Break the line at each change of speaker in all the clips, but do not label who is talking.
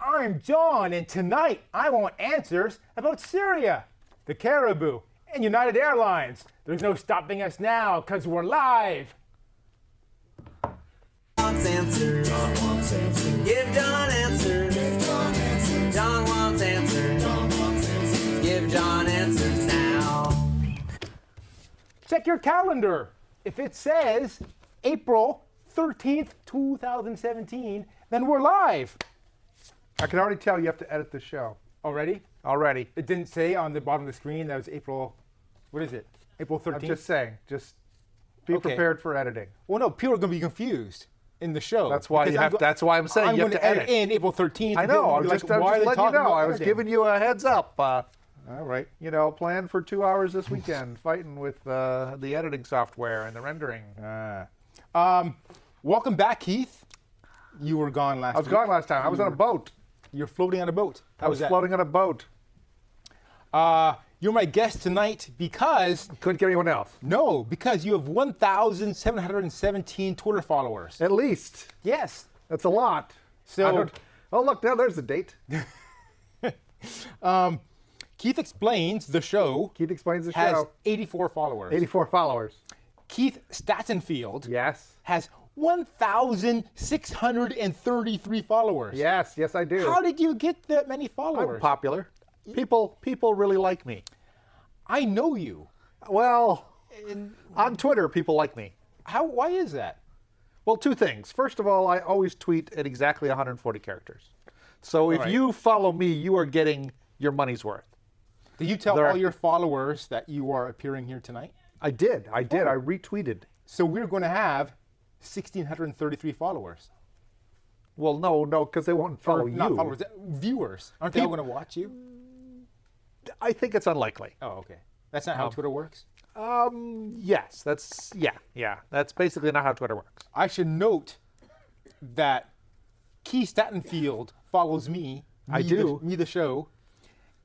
I'm John, and tonight I want answers about Syria, the Caribou, and United Airlines. There's no stopping us now because we're live.
wants answers. John wants answers. Give John answers. Give John answers. John wants answers. John wants answers. Give John answers now.
Check your calendar. If it says April 13th, 2017, then we're live.
I can already tell you have to edit the show
Already?
already.
It didn't say on the bottom of the screen that was April, what is it? April 13th?
I'm just saying, just be
Okay.
prepared for editing.
Well, no, people are going to be confused in the show.
That's why
because
you
I'm
have-
go-
that's why I'm saying
I'm
you have
gonna
to edit.
in April 13th.
I
and people
know.
will
I'm
be
just,
like,
I'm
why are
just
they
letting you
talking
know.
about
I was
editing?
giving you a heads up. Uh,
All right.
you know, plan for two hours this weekend, fighting with uh, the editing software and the rendering.
Um, welcome back, Keith. You were gone last.
I was gone last time. I was on a boat.
You're floating on a boat. How
I was floating on a boat.
Uh, you're my guest tonight because
Couldn't get anyone else.
no, because you have 1,717 Twitter followers.
At least
Yes.
that's a lot.
So-
I don't- oh look, there, there's the date.
Um, Keith explains the show.
Keith explains the
has
show.
84 followers.
84 followers.
Keith Statenfield
Yes.
has 1,633 followers.
Yes. Yes, I do.
How did you get that many followers?
popular. People people really like me.
I know you.
Well, on Twitter people like me.
How? Why is that?
Well, two things. First of all, I always tweet at exactly 140 characters. So if
right.
you follow me, you are getting your money's worth.
Did you tell
There-
all your followers that you are appearing here tonight?
I did. I
Oh.
did. I retweeted.
So we're going to have 1,633 followers.
Well, no, no, because they won't follow
Or
you.
Not followers, uh, viewers. Aren't they all
Peop-
going to watch you?
I think it's unlikely.
Oh, okay. That's not how Twitter works.
Um, yes, that's yeah, yeah. That's basically not how Twitter works.
I should note that Keith Statenfield follows me.
I
me
do.
The, me, the show.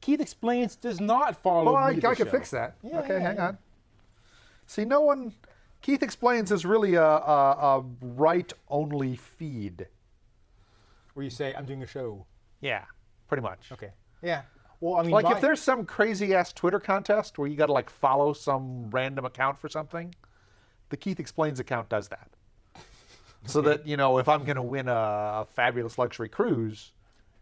Keith Explains does not follow
Well, I,
me. the
I can
show.
fix that.
Yeah,
okay,
yeah,
hang
yeah.
on. See, no one. Keith explains is really a, a, a right-only feed.
Where you say, I'm doing a show.
Yeah, pretty much.
Okay. Yeah. Well, I mean,
Like
my-
if there's some crazy ass Twitter contest where you got to like follow some random account for something, the Keith explains account does that. So that you know, if I'm going to win a fabulous luxury cruise,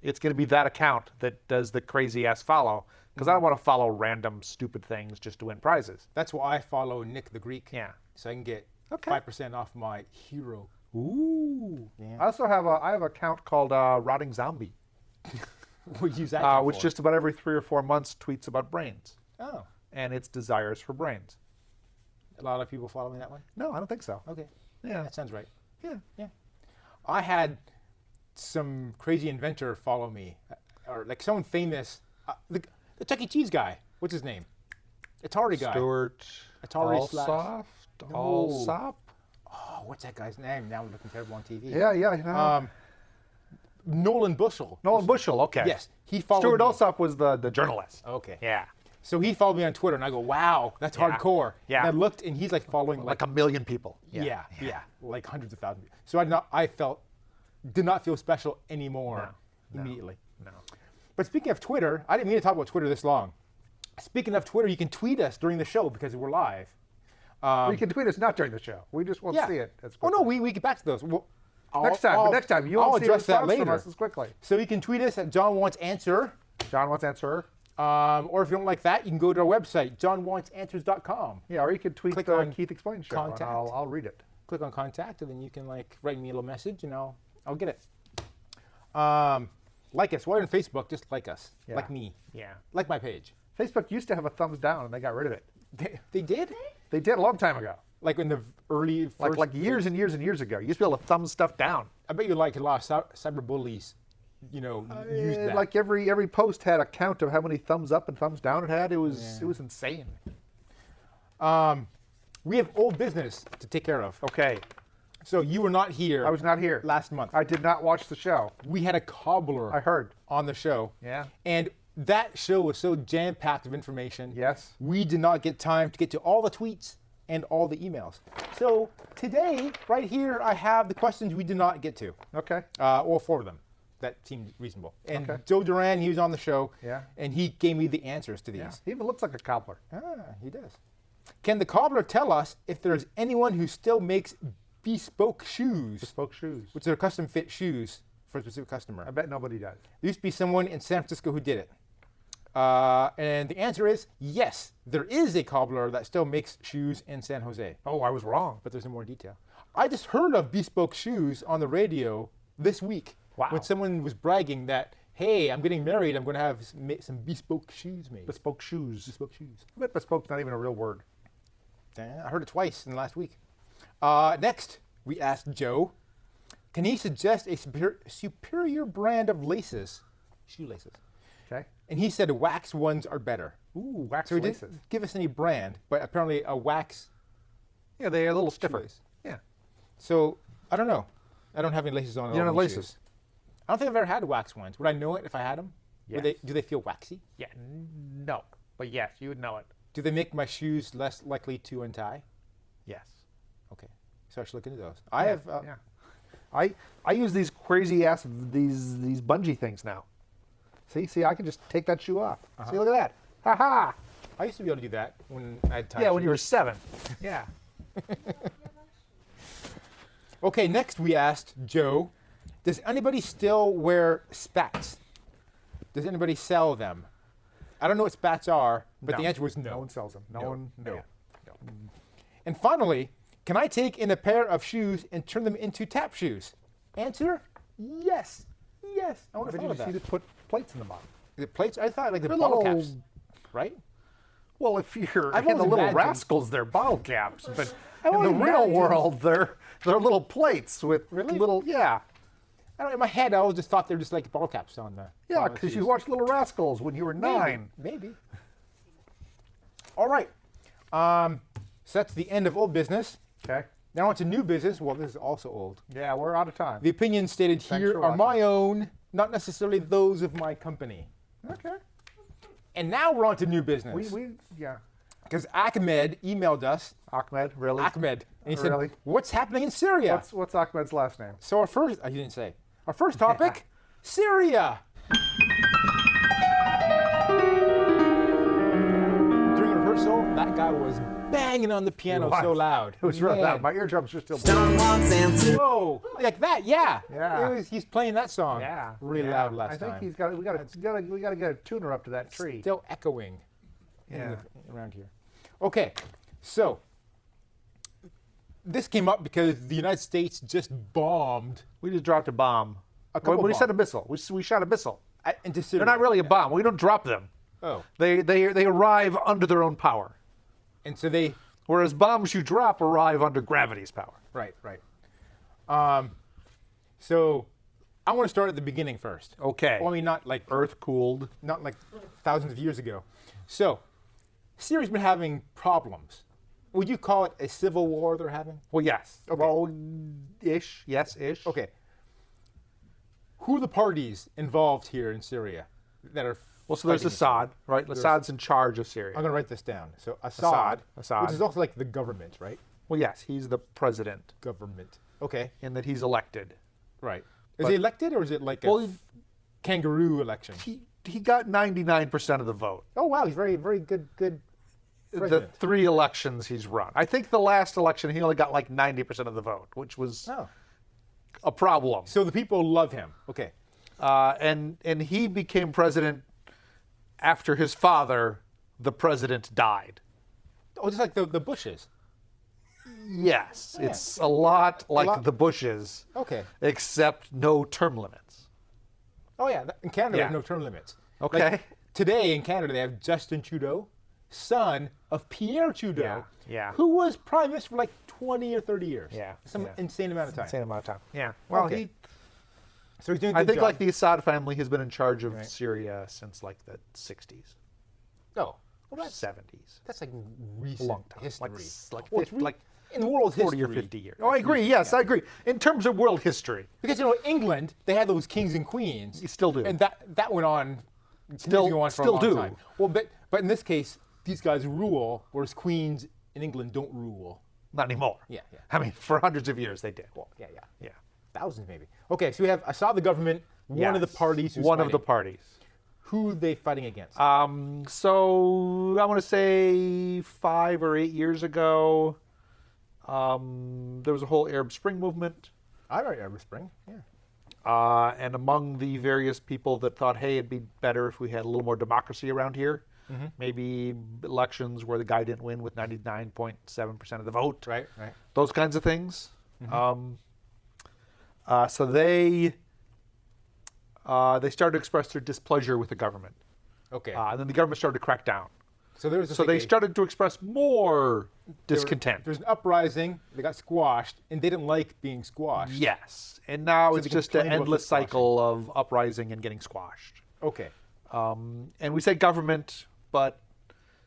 it's going to be that account that does the crazy ass follow because I don't want to follow random stupid things just to win prizes.
That's why I follow Nick the Greek.
Yeah.
So I can get
Okay.
5% off my hero.
Ooh. I also have a I have an account called uh, Rotting Zombie,
we use that.
uh,
for.
which just about every three or four months tweets about brains
Oh,
and its desires for brains.
a lot of people following that one.
No, I don't think so.
Okay,
Yeah.
that sounds right.
Yeah.
Yeah, I had some crazy inventor follow me, uh, or like someone famous, uh, the, the Chuck E. Cheese guy. What's his name? Atari guy.
Stuart
Atari slash-
Allsoft? Allsop?
Oh, what's that guy's name? Now I'm looking terrible on TV.
Yeah, yeah. You know.
Um, Nolan Bushell.
Nolan Bushell, okay.
Yes, he followed
Stuart
me. Oh,
Allsop was the, the journalist.
Okay.
Yeah.
So he followed me on Twitter, and I go, "Wow, that's
Yeah.
hardcore."
Yeah.
And I looked, and he's like following like
Like a million people.
Yeah. yeah, like hundreds of thousands. So I did not, I felt, did not feel special anymore immediately.
No.
But speaking of Twitter, I didn't mean to talk about Twitter this long. Speaking of Twitter, you can tweet us during the show because we're live.
we can tweet us not during the show. We just won't see it. As
Um, oh no,
quickly.
we, we get back to those. Well, I'll-
Next time, but
I'll-
next time, you
I'll
won't see a
address that
response
later.
from us as quickly.
So you can tweet us at John Wants Answer,
John wants to answer her.
um, or if you don't like that, you can go to our website, johnwantsanswers.com.
Yeah, or you could tweet
Click
the
on
Keith Explains show.
contact.
And I'll, I'll read it.
click on contact and then you can like write me a little message and I'll I'll get it. Um, like us. While you're on Facebook, just like us.
Yeah.
Like me.
Yeah.
Like my page.
Facebook used to have a thumbs down and they got rid of it.
They, they did?
They did a long time ago.
Like in the early first,
Like like years and years and years ago. You used to be able to thumb stuff down.
I bet you like a lot of cy- cyber bullies, you know, use
Eh,
that.
Like every every post had a count of how many thumbs up and thumbs down it had. It was it was insane.
we have old business to take care of.
Okay,
So you were not here.
Oh. I was not here
last month.
I did not watch the show.
we had a cobbler
I heard.
on the show.
Yeah.
And that show was so jam packed of information.
Yes.
We did not get time to get to all the tweets and all the emails. So today, right here, I have the questions we did not get to,
Okay,
uh, all four of them. that seemed reasonable. And
Okay.
Joe Duran, he was on the show.
Yeah.
And he gave me the answers to these.
He even looks like a cobbler.
Ah, he does. Can the cobbler tell us if there's anyone who still makes bespoke shoes,
Spoke shoes.
which are custom fit shoes for a specific customer?
I bet nobody does.
There used to be someone in San Francisco who did it. Uh, and the answer is yes, there is a cobbler that still makes shoes in San Jose,
Oh, I was wrong.
but there's no more detail. I just heard of bespoke shoes on the radio this week
Wow.
when someone was bragging that, hey, I'm getting married, I'm going to have some, ma- some bespoke shoes made.
Bespoke shoes.
Bespoke shoes.
I bet bespoke's not even a real word.
Damn, I heard it twice in the last week. Uh, next, we asked Joe, can he suggest a superior, superior brand of laces, shoelaces?
Okay.
And he said wax ones are better.
Ooh, wax
So he
laces.
didn't give us any brand, but apparently a wax.
Yeah, they're a little stiffer.
Shoelace.
Yeah.
So I don't know. I don't have any laces on. at
You don't
all
have
in these
laces?
shoes. I don't think I've ever had wax ones. Would I know it if I had them? they,
Yes.
do they feel waxy?
Yeah. n- No. But yes, you would know it.
Do they make my shoes less likely to untie?
Yes.
Okay, so I should look into those. I have. Uh,
yeah. I I use these crazy ass these these bungee things now. See, see, I can just take that shoe off. See, look at that. Ha ha.
I used to be able to do that when I had time.
Yeah, when you were seven. Yeah.
Okay, next we asked Joe, does anybody still wear spats? Does anybody sell them? I don't know what spats are, but the
No.
answer was no.
No one sells them. No, one.
No.
yeah.
no. And finally, can I take in a pair of shoes and turn them into tap shoes? Answer: Yes. Yes. I want to
But
thought
you
of
just
that.
need to put plates in the bottom.
The plates. I thought like the
They're
bottle
little-
caps, right?
Well, if you're
I've
in the
always
little
imagined-
rascals, they're bottle caps, but
I've
in the
always
real
imagined-
world, they're they're little plates with
Really?
little yeah
I don't. In my head, I always just thought they were just like bottle caps on the.
yeah.
on the
Because you
shoes.
watched Little Rascals when you were
Maybe,
nine.
Maybe. All right. Um, so that's the end of old business.
Okay.
Now on to new business. Well, this is also old.
Yeah, we're out of time.
The opinions stated here
for
are my
watching.
own, not necessarily those of my company.
okay.
And now we're on to new business.
We we yeah.
Because Ahmed emailed us,
Ahmed, really?
Ahmed, and he
Really?
said, What's happening in Syria?
What's what's Ahmed's last name?
so, our first, I didn't say, our first topic Syria. During rehearsal, that guy was banging on the piano so
was.
loud.
It was really
Man.
loud. My eardrums are still bleeding.
Don wants answers.
Whoa, like that, yeah.
Yeah.
It was, he's playing that song really
yeah.
loud last
I think
time.
he's got we got to gotta, we got to get a tuner up to that tree.
Still echoing.
yeah.
around here. Okay, so this came up because the United States just bombed
We just dropped a bomb.
A couple
we, we sent a
bombs.
missile. We, s- we shot a missile.
a- into Syria.
They're not really a bomb. We don't drop them.
Oh,
They they they arrive under their own power.
and so they
Whereas bombs you drop arrive under gravity's power.
right, right. Um, so I want to start at the beginning first.
Okay.
Well, I mean, not like
Earth cooled.
not like thousands of years ago. So Syria's been having problems. Would you call it a civil war they're having?
Well, yes. Well, ish. Yes, ish.
Okay. Who are the parties involved here in Syria that are?
Well, so there's
fighting this?
Assad, right? Assad's in charge of Syria.
I'm gonna write this down. So Assad,
Assad.
which is also like the government, right?
Well, yes, he's the president,
Government. Okay.
in that he's elected.
Right. Is he elected or is it like a
Well, he-
kangaroo election?
He he got 99% of the vote.
Oh wow, he's very, very good, good.
The
President.
three elections he's run. I think the last election he only got like 90% of the vote, which was
Oh.
a problem.
So the people love him. Okay.
Uh, and and he became president after his father, the president, died.
Oh, just like the the Bushes.
Yes, it's a lot like
lot-
the Bushes,
Okay.
except no term limits.
Oh yeah, th- in Canada they have
Yeah.
no term limits. Like,
Okay.
today in Canada they have Justin Trudeau, son of Pierre Trudeau,
Yeah, yeah.
who was prime minister for like 20 or 30 years.
Yeah,
Some
yeah.
insane amount of time.
Same amount of time. Yeah. Well,
Okay.
he,
So he's doing. a
I
good
think
job.
like the Assad family has been in charge of Syria since like the 60s,
no. Oh, Well, that's
70s.
That's like recent
long time. Like
history.
s- like
Well, it's
fif-
re-
like
in the world
40
history.
or 50 years. Oh, I agree. Yes, I agree. In terms of world history,
Because you know England, they had those kings and queens.
You still do.
And that that went on. continues
Still-
to go on for
still
a long
do.
Time. Well, but but in this case, these guys rule, whereas queens in England don't rule.
not anymore.
Yeah, yeah.
I mean, for hundreds of years they did.
Yeah, yeah,
yeah.
thousands maybe. Okay, so we have Assad the government, One of the
Yes.
parties who's
one of
fighting.
the parties.
Who are they fighting against?
Um, so I want to say five or eight years ago, um, there was a whole Arab Spring movement.
I remember Arab Spring. Yeah.
Uh, and among the various people that thought, hey, it'd be better if we had a little more democracy around here,
Mm-hmm.
maybe elections where the guy didn't win with 99.7% of the vote,
Right. Right. Mm-hmm.
those kinds of things. Um, uh, so they uh, they started to express their displeasure with the government,
Okay.
uh, and then the government started to crack down.
so there was. just
So
like
they
a-
started to express more
there-
discontent.
There was an uprising. They got squashed, and they didn't like being squashed.
Yes, and now it's
they
just
complained
an
about the
endless
squashing.
cycle of uprising and getting squashed.
Okay.
Um, and we say government, but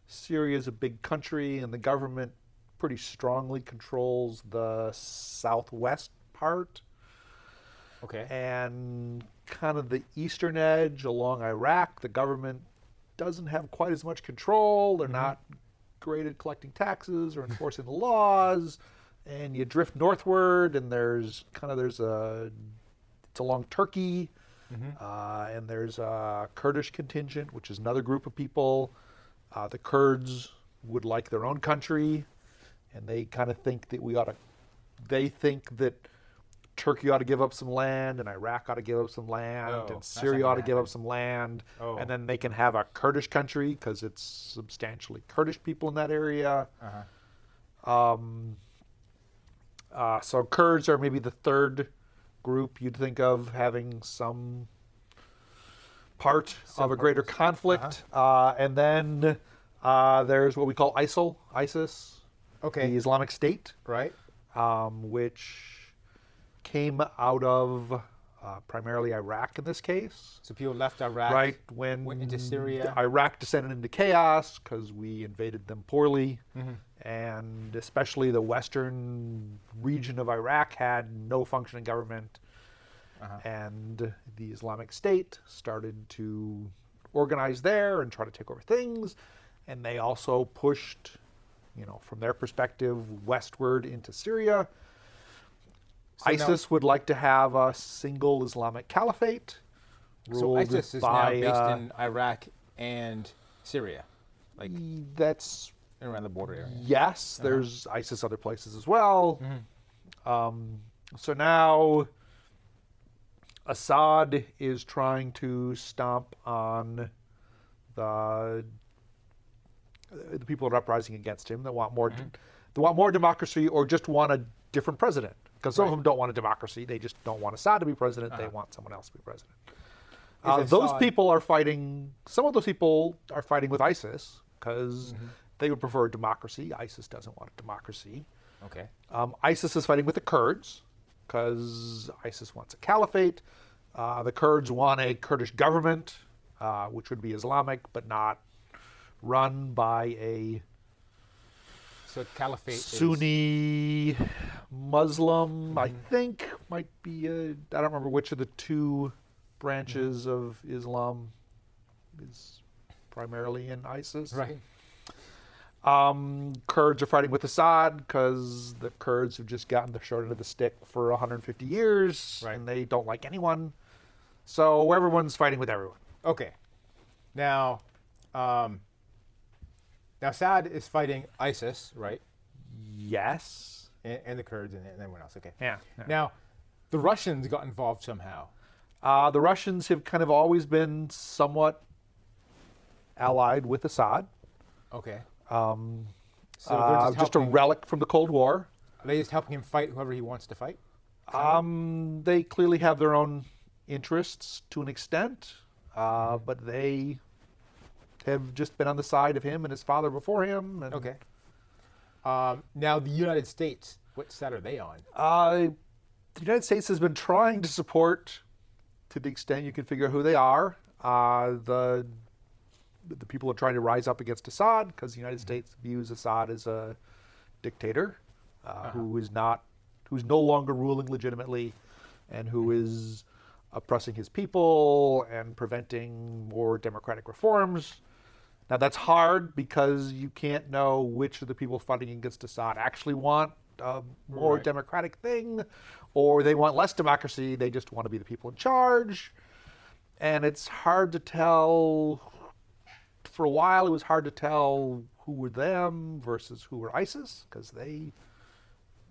Syria is a big country, and the government pretty strongly controls the southwest part
Okay.
and kind of the eastern edge along Iraq. The government doesn't have quite as much control. They're not great at collecting taxes or enforcing the laws. And you drift northward, and there's kind of there's a it's along Turkey, uh, and there's a Kurdish contingent, which is another group of people. Uh, the Kurds would like their own country, and they kind of think that we ought to. They think that Turkey ought to give up some land, and Iraq ought to give up some land,
Oh,
and
that's not
Syria ought to
gonna
give up some land,
Oh.
and then they can have a Kurdish country because it's substantially Kurdish people in that area.
Uh-huh.
Um, Uh, so Kurds are maybe the third group you'd think of having some part of a greater conflict. uh and then uh, there's what we call ISIL, ISIS, the
Okay.
Islamic State,
Right.
um, which came out of uh, primarily Iraq in this case.
So people left Iraq.
Right when
went into Syria.
Iraq descended into chaos because we invaded them poorly,
Mm-hmm.
and especially the western region of Iraq had no functioning government,
Uh-huh.
and the Islamic State started to organize there and try to take over things, and they also pushed, you know, from their perspective, westward into Syria.
So now-
ISIS would like to have a single Islamic caliphate.
So
ruled
ISIS is now
by,
based
uh,
in Iraq and Syria, like
That's
around the border area.
yes. There's ISIS other places as well. Um, so now Assad is trying to stomp on the the people that are uprising against him that want more that want more democracy or just want a different president because some of them don't want a democracy they just don't want Assad to be president they want someone else to be president. Uh, those
Assad-
people are fighting. Some of those people are fighting with ISIS because they would prefer a democracy. ISIS doesn't want a democracy.
Okay.
Um, ISIS is fighting with the Kurds because ISIS wants a caliphate. Uh, the Kurds want a Kurdish government, uh, which would be Islamic but not run by a
So caliphate. is-
Sunni Muslim. I think might be. I I don't remember which of the two branches of Islam is primarily in ISIS.
right.
Um, Kurds are fighting with Assad because the Kurds have just gotten the short end of the stick for 150 years,
Right.
and they don't like anyone. So everyone's fighting with everyone.
Okay. Now, um, now Saad is fighting ISIS, right,
Yes.
and, and the Kurds and, and everyone else. Okay.
Yeah, yeah.
Now, the Russians got involved somehow.
Uh, the Russians have kind of always been somewhat allied with Assad.
Okay. Um, so they're
Uh,
just,
just, a
helping,
relic from the Cold War.
are they just helping him fight whoever he wants to fight.
Um, they clearly have their own interests to an extent, uh, but they have just been on the side of him and his father before him. And,
Okay. Um, now the United States, what side are they on?
Uh, the United States has been trying to support, to the extent you can figure out who they are, uh, the the people who are trying to rise up against Assad because the United States views Assad as a dictator uh, who is not, who's no longer ruling legitimately, and who is oppressing his people and preventing more democratic reforms. Now that's hard because you can't know which of the people fighting against Assad actually want a more
Right.
democratic thing, or they want less democracy. They just want to be the people in charge. and it's hard to tell. For a while, it was hard to tell who were them versus who were ISIS because they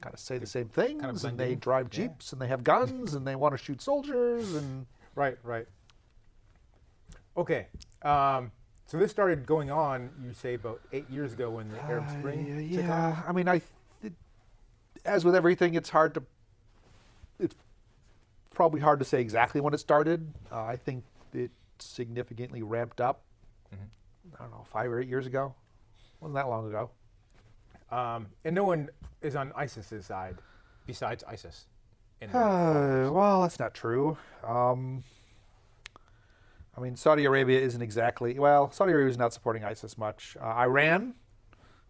kind of say the same things,
blend
and they
in.
drive jeeps, and they have guns, and they want to shoot soldiers, and
Right, right. Okay. Um, so this started going on, you say, about eight years ago when the Arab Spring
Uh,
took off?
yeah, I mean, I. It, as with everything, it's hard to. It's probably hard to say exactly when it started. Uh, I think it significantly ramped up. I don't know, five or eight years ago. Wasn't that long ago?
Um, and no one is on ISIS's side besides ISIS. in the-
Uh, well, that's not true. Um, I mean, Saudi Arabia isn't exactly. Well, Saudi Arabia is not supporting ISIS much. Uh, Iran,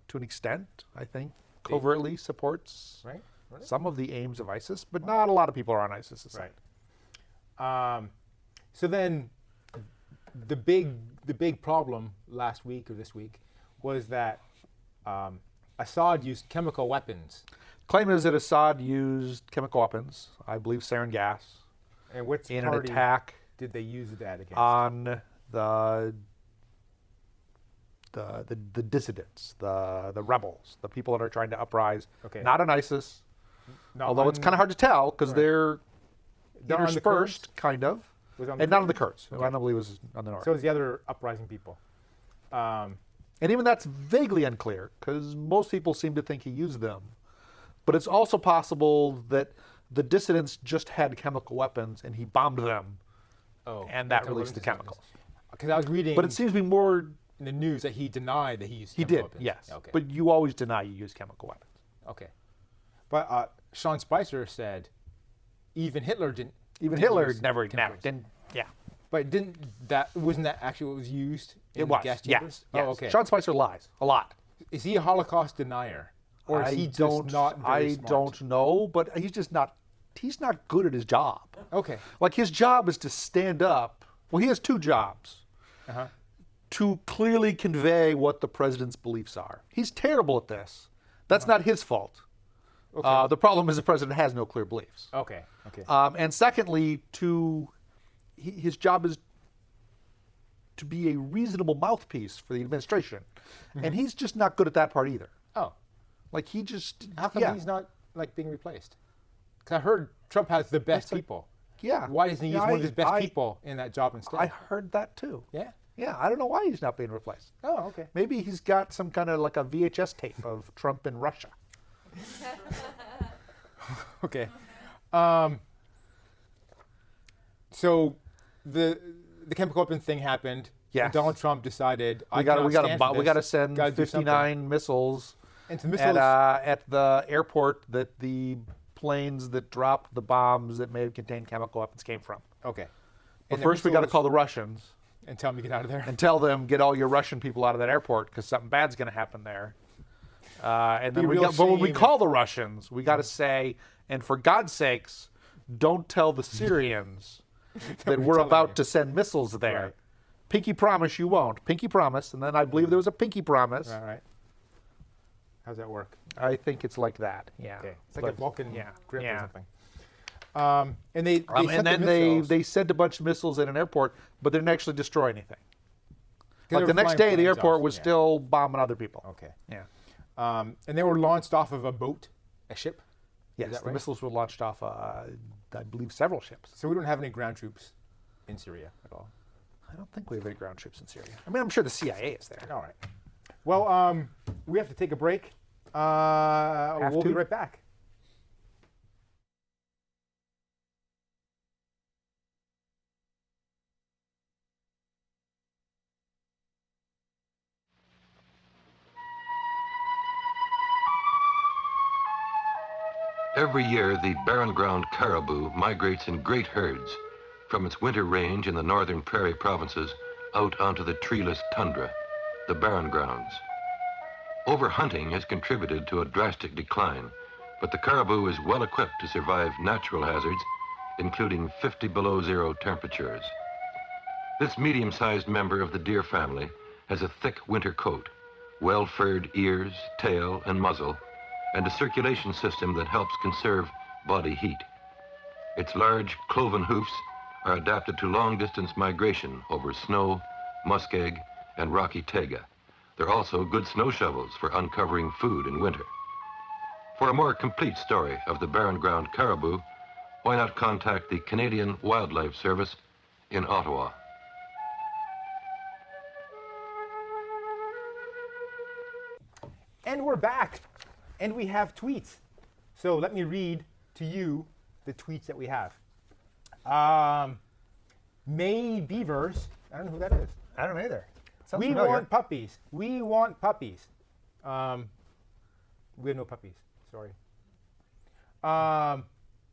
to an extent, I think, covertly supports
right? Right?
some of the aims of ISIS, but not a lot of people are on ISIS.
Right. Um, so then, the big the big problem last week or this week was that um, Assad used chemical weapons.
Claim is that Assad used chemical weapons, I believe sarin gas,
And which
in an
party
attack Uh,
did they use that against?
on the the the, the dissidents, the the rebels, the people that are trying to uprise.
Okay.
Not on ISIS,
Not
although it's
on-
kind of hard to tell because they're
Not on the
interspersed, kind of,
Was on
and
the
not on the
Kurds?
Kurds. I don't believe it was on the north.
So it was the other uprising people. Um,
And even that's vaguely unclear because most people seem to think he used them. But it's also possible that the dissidents just had chemical weapons and he bombed them.
oh,
And that released the chemicals.
Because I was reading
But it seems to be more
in the news that he denied that he used.
he
chemical
did,
weapons.
yes.
Okay.
But you always deny you use chemical weapons.
Okay. But uh, Sean Spicer said even Hitler didn't.
Even
didn't
Hitler
use
never
chemicals.
never- didn't yeah.
But didn't that wasn't that actually what was used? In
It was.
The gas
yes.
chambers?
yes.
Oh, okay.
Sean Spicer lies a lot.
is he a Holocaust denier, or is
I
he just
don't
not? Very
I
smart?
don't know, but he's just not he's not good at his job.
Okay.
Like his job is to stand up. Well, he has two jobs.
Uh-huh.
to clearly convey what the president's beliefs are. He's terrible at this. That's
Uh-huh.
not his fault. Uh, the problem is the president has no clear beliefs.
Okay. Okay.
Um, and secondly, to he, his job is to be a reasonable mouthpiece for the administration,
Mm-hmm.
and he's just not good at that part either.
oh,
Like he just
how come
yeah.
he's not like being replaced? Because I heard Trump has the best people.
yeah.
Why doesn't he
Yeah,
use one of his
I-
best
I-
people in that job instead?
I heard that too.
yeah.
Yeah, I don't know why he's not being replaced.
Oh, okay.
Maybe he's got some kind of like a VHS tape of Trump in Russia.
Okay. Um, so the the chemical weapon thing happened. Yeah.
Yes.
Donald Trump decided I
We got
cannot
to we got to
stand for
we
this.
got to send
Gotta do something."
59 missiles,
And the
at
missiles-
uh, at the airport that the planes that dropped the bombs that may have contained chemical weapons came from.
Okay.
But
And the
first, we got to
missiles-
call the Russians
and tell him to get out of there.
and tell them get all your Russian people out of that airport because something bad's going to happen there. Uh, and then
Be
we
real
got, but when we
shame
call the Russians, we got to say, and for God's sakes, don't tell the Syrians that
we're
we're
telling
about
you.
to send missiles there.
Right.
Pinky promise you won't. Pinky promise, and then I believe there was a pinky promise.
All right. How's that work?
I think it's like that. Yeah.
Okay. It's like a
But-
Vulcan
yeah,
grip or
yeah.
something. Um, and they, they
Um,
sent
and then
the
they,
missiles.
they sent a bunch of missiles at an airport, but they didn't actually destroy anything.
they
Like
were
the next
flying
day, the
planes
airport
off,
was
yeah.
still bombing other people.
okay.
Yeah.
Um, and they were launched off of a boat, a ship.
Yes,
that
the
right?
missiles were launched off, uh, I believe, several ships.
So we don't have any ground troops in Syria at all.
I don't think we have any ground troops in Syria. I mean, I'm sure the CIA is there.
All right. Well, um, we have to take a break. Uh,
Have
we'll be
to?
right back.
Every year, the barren ground caribou migrates in great herds from its winter range in the northern prairie provinces out onto the treeless tundra, the barren grounds. Overhunting has contributed to a drastic decline, but the caribou is well equipped to survive natural hazards, including 50 below zero temperatures. This medium sized member of the deer family has a thick winter coat, well furred ears, tail, and muzzle, and a circulation system that helps conserve body heat. Its large cloven hoofs are adapted to long distance migration over snow, muskeg, and rocky taiga. They're also good snow shovels for uncovering food in winter. For a more complete story of the barren ground caribou, why not contact the Canadian Wildlife Service in Ottawa?
And we're back. And we have tweets. So let me read to you the tweets that we have. Um, May Beavers, I don't know who that is.
I don't know either. Sounds
we
familiar.
want puppies. We want puppies. Um, we have no puppies. Sorry. Um,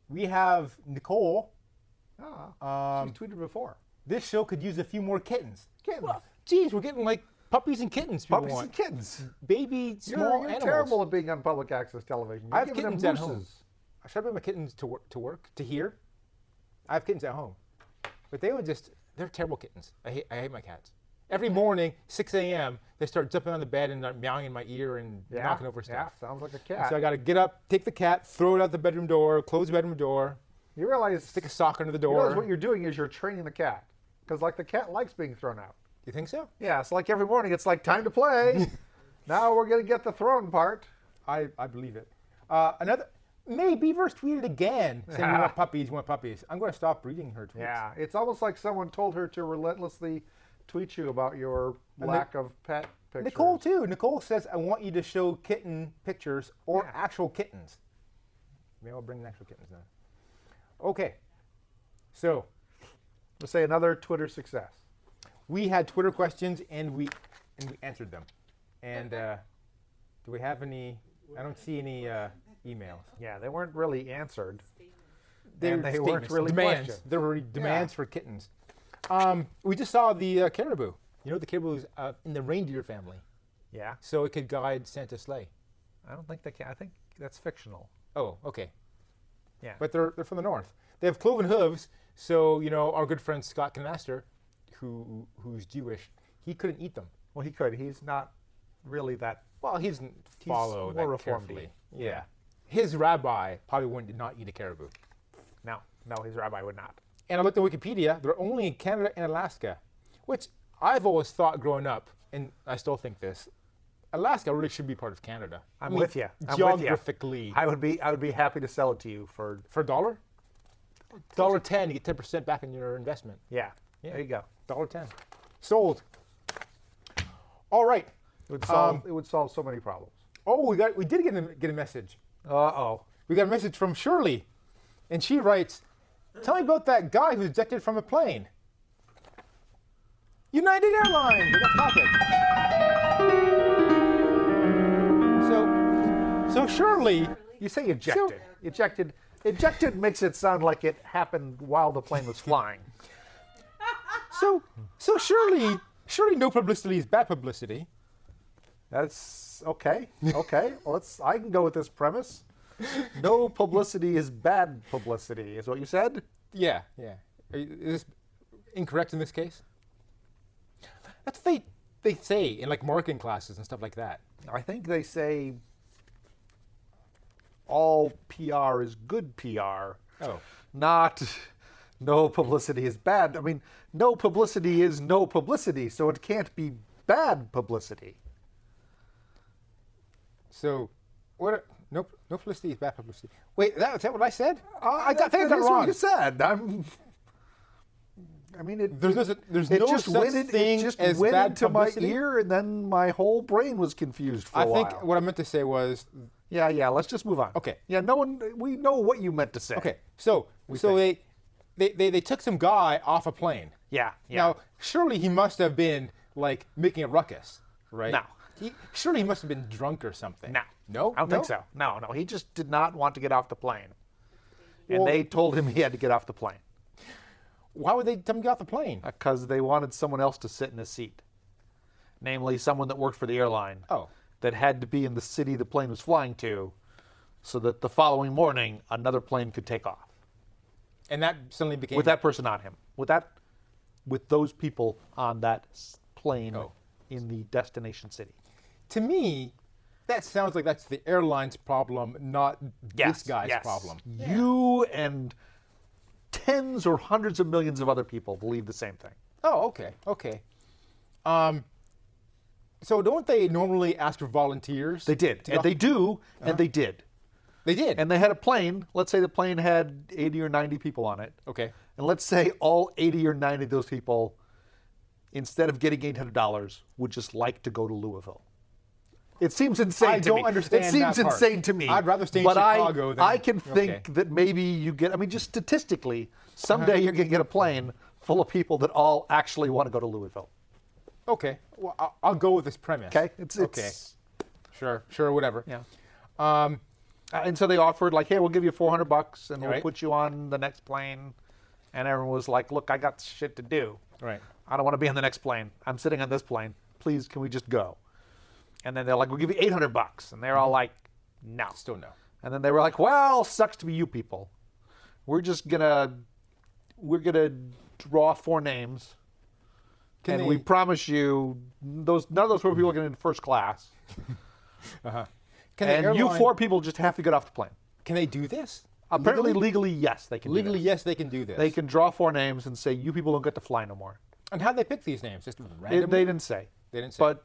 we have Nicole.
She's tweeted before.
This show could use a few more kittens. Kittens. geez, we're getting like puppies and kittens. People
Puppies
want.
and kittens.
Baby
You're,
Mm, small
you're
animals.
terrible at being on public access television. You're
I have
giving them
kittens at home.
mooses.
Should I bring my kittens to work? To work? To here? I have kittens at home, but they would just—they're terrible kittens. I hate, I hate my cats. Every morning, 6 a.m., they start jumping on the bed and like, meowing in my ear and
Yeah,
knocking over stuff.
Yeah, sounds like a
So I
cat.
got to get up, take the cat, throw it out the bedroom door, close the bedroom door,
You realize,
stick a sock under the
you
door.
realize what you're doing is you're training the cat. Because, like, the cat likes being thrown out.
you think so?
Yeah, so, like, every morning it's like, time to play. now we're going to get the thrown part.
I, I believe it. Uh, another May Beavers tweeted again saying we want puppies, we want puppies. I'm going to stop reading her tweets.
Yeah, it's almost like someone told her to relentlessly tweet you about your lack of pet pictures.
Nicole too. Nicole says, "I want you to show kitten pictures or
Yeah.
actual kittens." Maybe I'll bring the actual kittens then. Okay, so
Let's say another Twitter success.
we had Twitter questions and we and we answered them. And uh, do we have any? I don't see any uh, emails.
Yeah, they weren't really answered.
They're
And they weren't
statements,
really
demands.
questions.
There were demands for kittens. Um, we just saw the uh, caribou. You know, the caribou is uh, in the reindeer family,
Yeah,
so it could guide Santa's sleigh.
I don't think they can. I think that's fictional.
Oh, okay.
Yeah.
But they're they're from the north. They have cloven hooves, so you know our good friend Scott Canaster, who who's Jewish, he couldn't eat them.
Well, he could. He's not really that.
Well, he doesn't follow
more
that
reformed-y.
carefully. Yeah. His rabbi probably wouldn't did not eat a caribou.
No, no, his rabbi would not.
And I looked at Wikipedia. They're only in Canada and Alaska, which I've always thought growing up, and I still think this. Alaska really should be part of Canada. I
I'm
mean,
with you. I'm
geographically,
with you. I would be. I would be happy to sell it to you for.
for a dollar, dollar ten, you get ten percent back on your investment.
Yeah. There you go.
Dollar ten. Sold. All right.
It would solve. Um, it would solve so many problems.
Oh, we got we did get a, get a message.
Uh oh.
We got a message from Shirley, and she writes, "Tell me about that guy who's ejected from a plane." United Airlines. We're gonna talk it. So, so Shirley,
You say ejected. ejected. Ejected makes it sound like it happened while the plane was flying.
so so Shirley, surely no publicity is bad publicity.
That's okay. Okay. Well, let's. I can go with this premise. No publicity is bad publicity, is what you said.
Yeah, yeah. Are you- Is this incorrect in this case? That's what they, they say in like marketing classes and stuff like that.
I think they say all PR is good PR.
Oh.
Not no publicity is bad. I mean, no publicity is no publicity, so it can't be bad publicity.
So, what? Are, no, no publicity is bad publicity. Wait, that, is that what I said? I, got, I think I
Uh, That
got
is
it
What
wrong.
you said. I'm. I mean, it.
There's no, there's
it
no
just
such
went, in,
thing
it just
as
went
bad
into
publicity.
my ear, and then my whole brain was confused for a
I think
while.
what I meant to say was
yeah, yeah. Let's just move on.
Okay.
Yeah, no one. We know what you meant to say.
okay. So, so they, they, they, they took some guy off a plane.
Yeah. Yeah.
Now, surely he must have been like making a ruckus, right?
No.
He, surely he must have been drunk or something.
No.
No.
I don't think
No?
so. No, no. He just did not want to get off the plane. And
Well-
they told him he had to get off the plane
Why would they tell him to get off the plane?
because they wanted someone else to sit in his seat. Namely, someone that worked for the airline.
Oh.
That had to be in the city the plane was flying to so that the following morning another plane could take off
And that suddenly became
with that person on him. With that with those people on that s- plane
Oh.
in the destination city.
to me. That sounds like that's the airline's problem, not
Yes,
this guy's
yes.
problem.
You and tens or hundreds of millions of other people believe the same thing.
Oh, okay, okay. Um, so don't they normally ask for volunteers?
They did,
to Uh-huh. doc-
and they do, and they did.
They did.
And they had a plane. Let's say the plane had 80 or 90 people on it.
okay.
And let's say all 80 or 90 of those people, instead of getting $800, would just like to go to Louisville. It seems insane
I
to
don't
me.
understand
It seems
that part.
insane to me.
I'd rather stay in
but I-
Chicago than-
I can think
Okay.
that maybe you get, I mean, just statistically, someday
Uh-huh.
you're going to get a plane full of people that all actually want to go to Louisville.
Okay. Well, I'll, I'll go with this premise.
Okay? It's,
okay.
it's-
Sure. Sure. Whatever.
Yeah.
Um,
Uh, and so they offered like, "Hey, we'll give you 400 bucks and we'll
Right.
put you on the next plane." And everyone was like, "Look, I got shit to do.
Right.
I don't want to be on the next plane. I'm sitting on this plane. Please, can we just go?" And then they're like, "We'll give you 800 bucks." And they're all like, "No."
Mm-hmm. Still no.
And then they were like, "Well, sucks to be you people. We're just going to we're going to draw four names
Can
and
they-
we promise you those none of those four people are going to first class.
Can the
And you
airline-
four people just have to get off the plane."
Can they do this?
Apparently, legally, yes, they can. do
Legally,
that.
yes, they can do this.
they can draw four names and say you people don't get to fly no more.
And how they pick these names? Just
They,
randomly.
they didn't say.
They didn't say.
But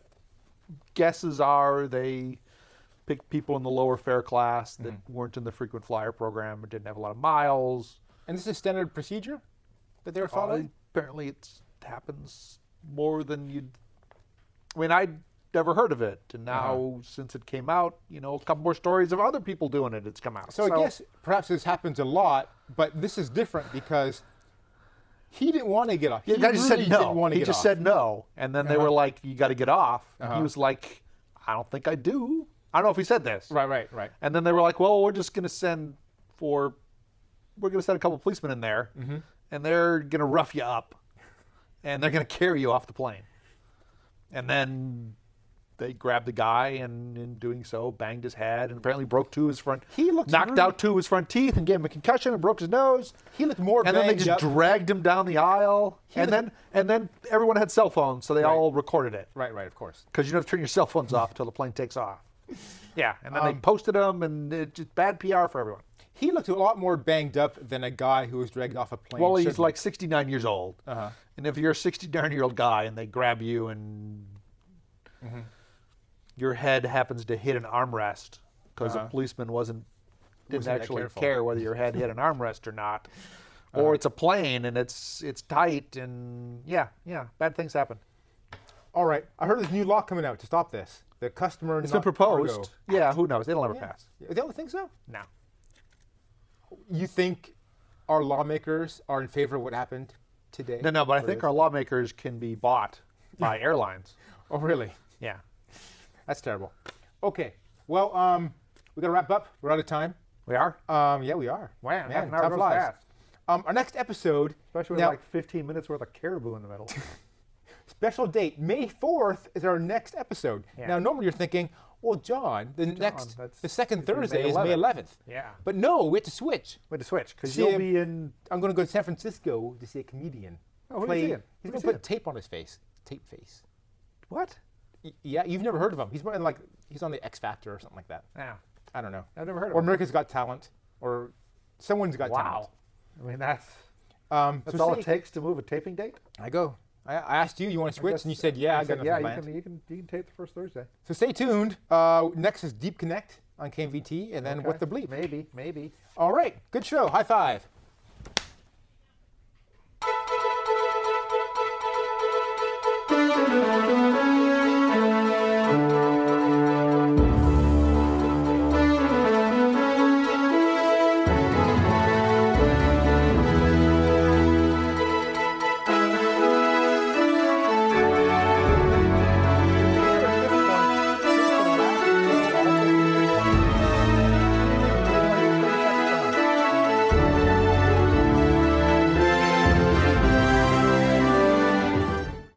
guesses are they picked people in the lower fare class that
Mm.
weren't in the frequent flyer program or didn't have a lot of miles.
and this is standard procedure that they were following.
Uh, Apparently, it happens more than you'd. I mean, I'd never heard of it, and
Uh-huh.
now since it came out, you know, a couple more stories of other people doing it. It's come out.
so, I guess perhaps this happens a lot, but this is different because he didn't want to get off.
Yeah, the guy just
really
said no.
Didn't want to
he
get
just
off. Uh-huh.
said no, and then they were like, "You got to get off." And He was like, "I don't think I do." I don't know if he said this.
Right, right, right.
And then they were like, "Well, we're just gonna send for, we're gonna send a couple policemen in there,
Mm-hmm.
and they're gonna rough you up, and they're gonna carry you off the plane." And then they grabbed the guy, and in doing so, banged his head, and apparently broke two of his front.
He looked
knocked
really-
out two of his front teeth, and gave him a concussion, and broke his nose
He looked more
and then they
banged
just
up.
dragged him down the aisle, and
was-
then and then everyone had cell phones, so they all recorded it
right, right, of course.
because you don't have to turn your cell phones off until the plane takes off. Yeah, and then they posted them, and it just bad PR for everyone.
He looked a lot more banged up than a guy who was dragged off a plane.
Well, he's
shouldn't.
like 69 years old, and if you're a 69 year old guy and they grab you and Mm-hmm. your head happens to hit an armrest because a policeman Uh-huh. wasn't didn't
Wasn't that
actually
careful.
care whether your head hit an armrest or not, or it's a plane and it's it's tight and yeah yeah bad things happen.
all right. I heard there's new law coming out to stop this. The customer.
It's been proposed. Yeah, who knows? It'll never pass.
They don't think so.
No.
You think our lawmakers are in favor of what happened today?
No, no, but I think our lawmakers can be bought by airlines.
Oh, really?
Yeah.
That's terrible. Okay. Well, um, we got to wrap up. We're out of time.
We are?
Um, yeah, we are.
Wow, half
Man,
an hour
time
goes
flies.
fast.
Um, our next episode,
Especially with
now,
like 15 minutes worth of caribou in the middle.
special date, May 4th is our next episode. Now, normally you're thinking, well, John, the next,
that's-
the second
it's May
Thursday is May 11th.
Yeah.
But no, we had to switch.
Way to switch, because
See
you'll
him.
be in.
I'm going to go to San Francisco to see a comedian.
Oh, who you
play-
seeing? Who
He's
you
going to put
seeing?
tape on his face. Tape face.
What?
Y- yeah, you've never heard of him. He's more in like, he's on the X Factor or something like that.
Yeah.
I don't know.
I've never heard of
Or
him.
America's Got Talent, or someone's got
Wow.
I mean, that's,
talent. Um,
that's
so
all
see-
it takes to move a taping date?
I go. I, I asked you, you want to switch, and you said, yeah, I, got
said,
nothing
Yeah, you
planned.
can, you, can, you can tape the first Thursday.
So stay tuned. Uh, next is Deep Connect on KMVT, and then
Okay.
What the Bleep.
Maybe, maybe.
All right, good show. High five.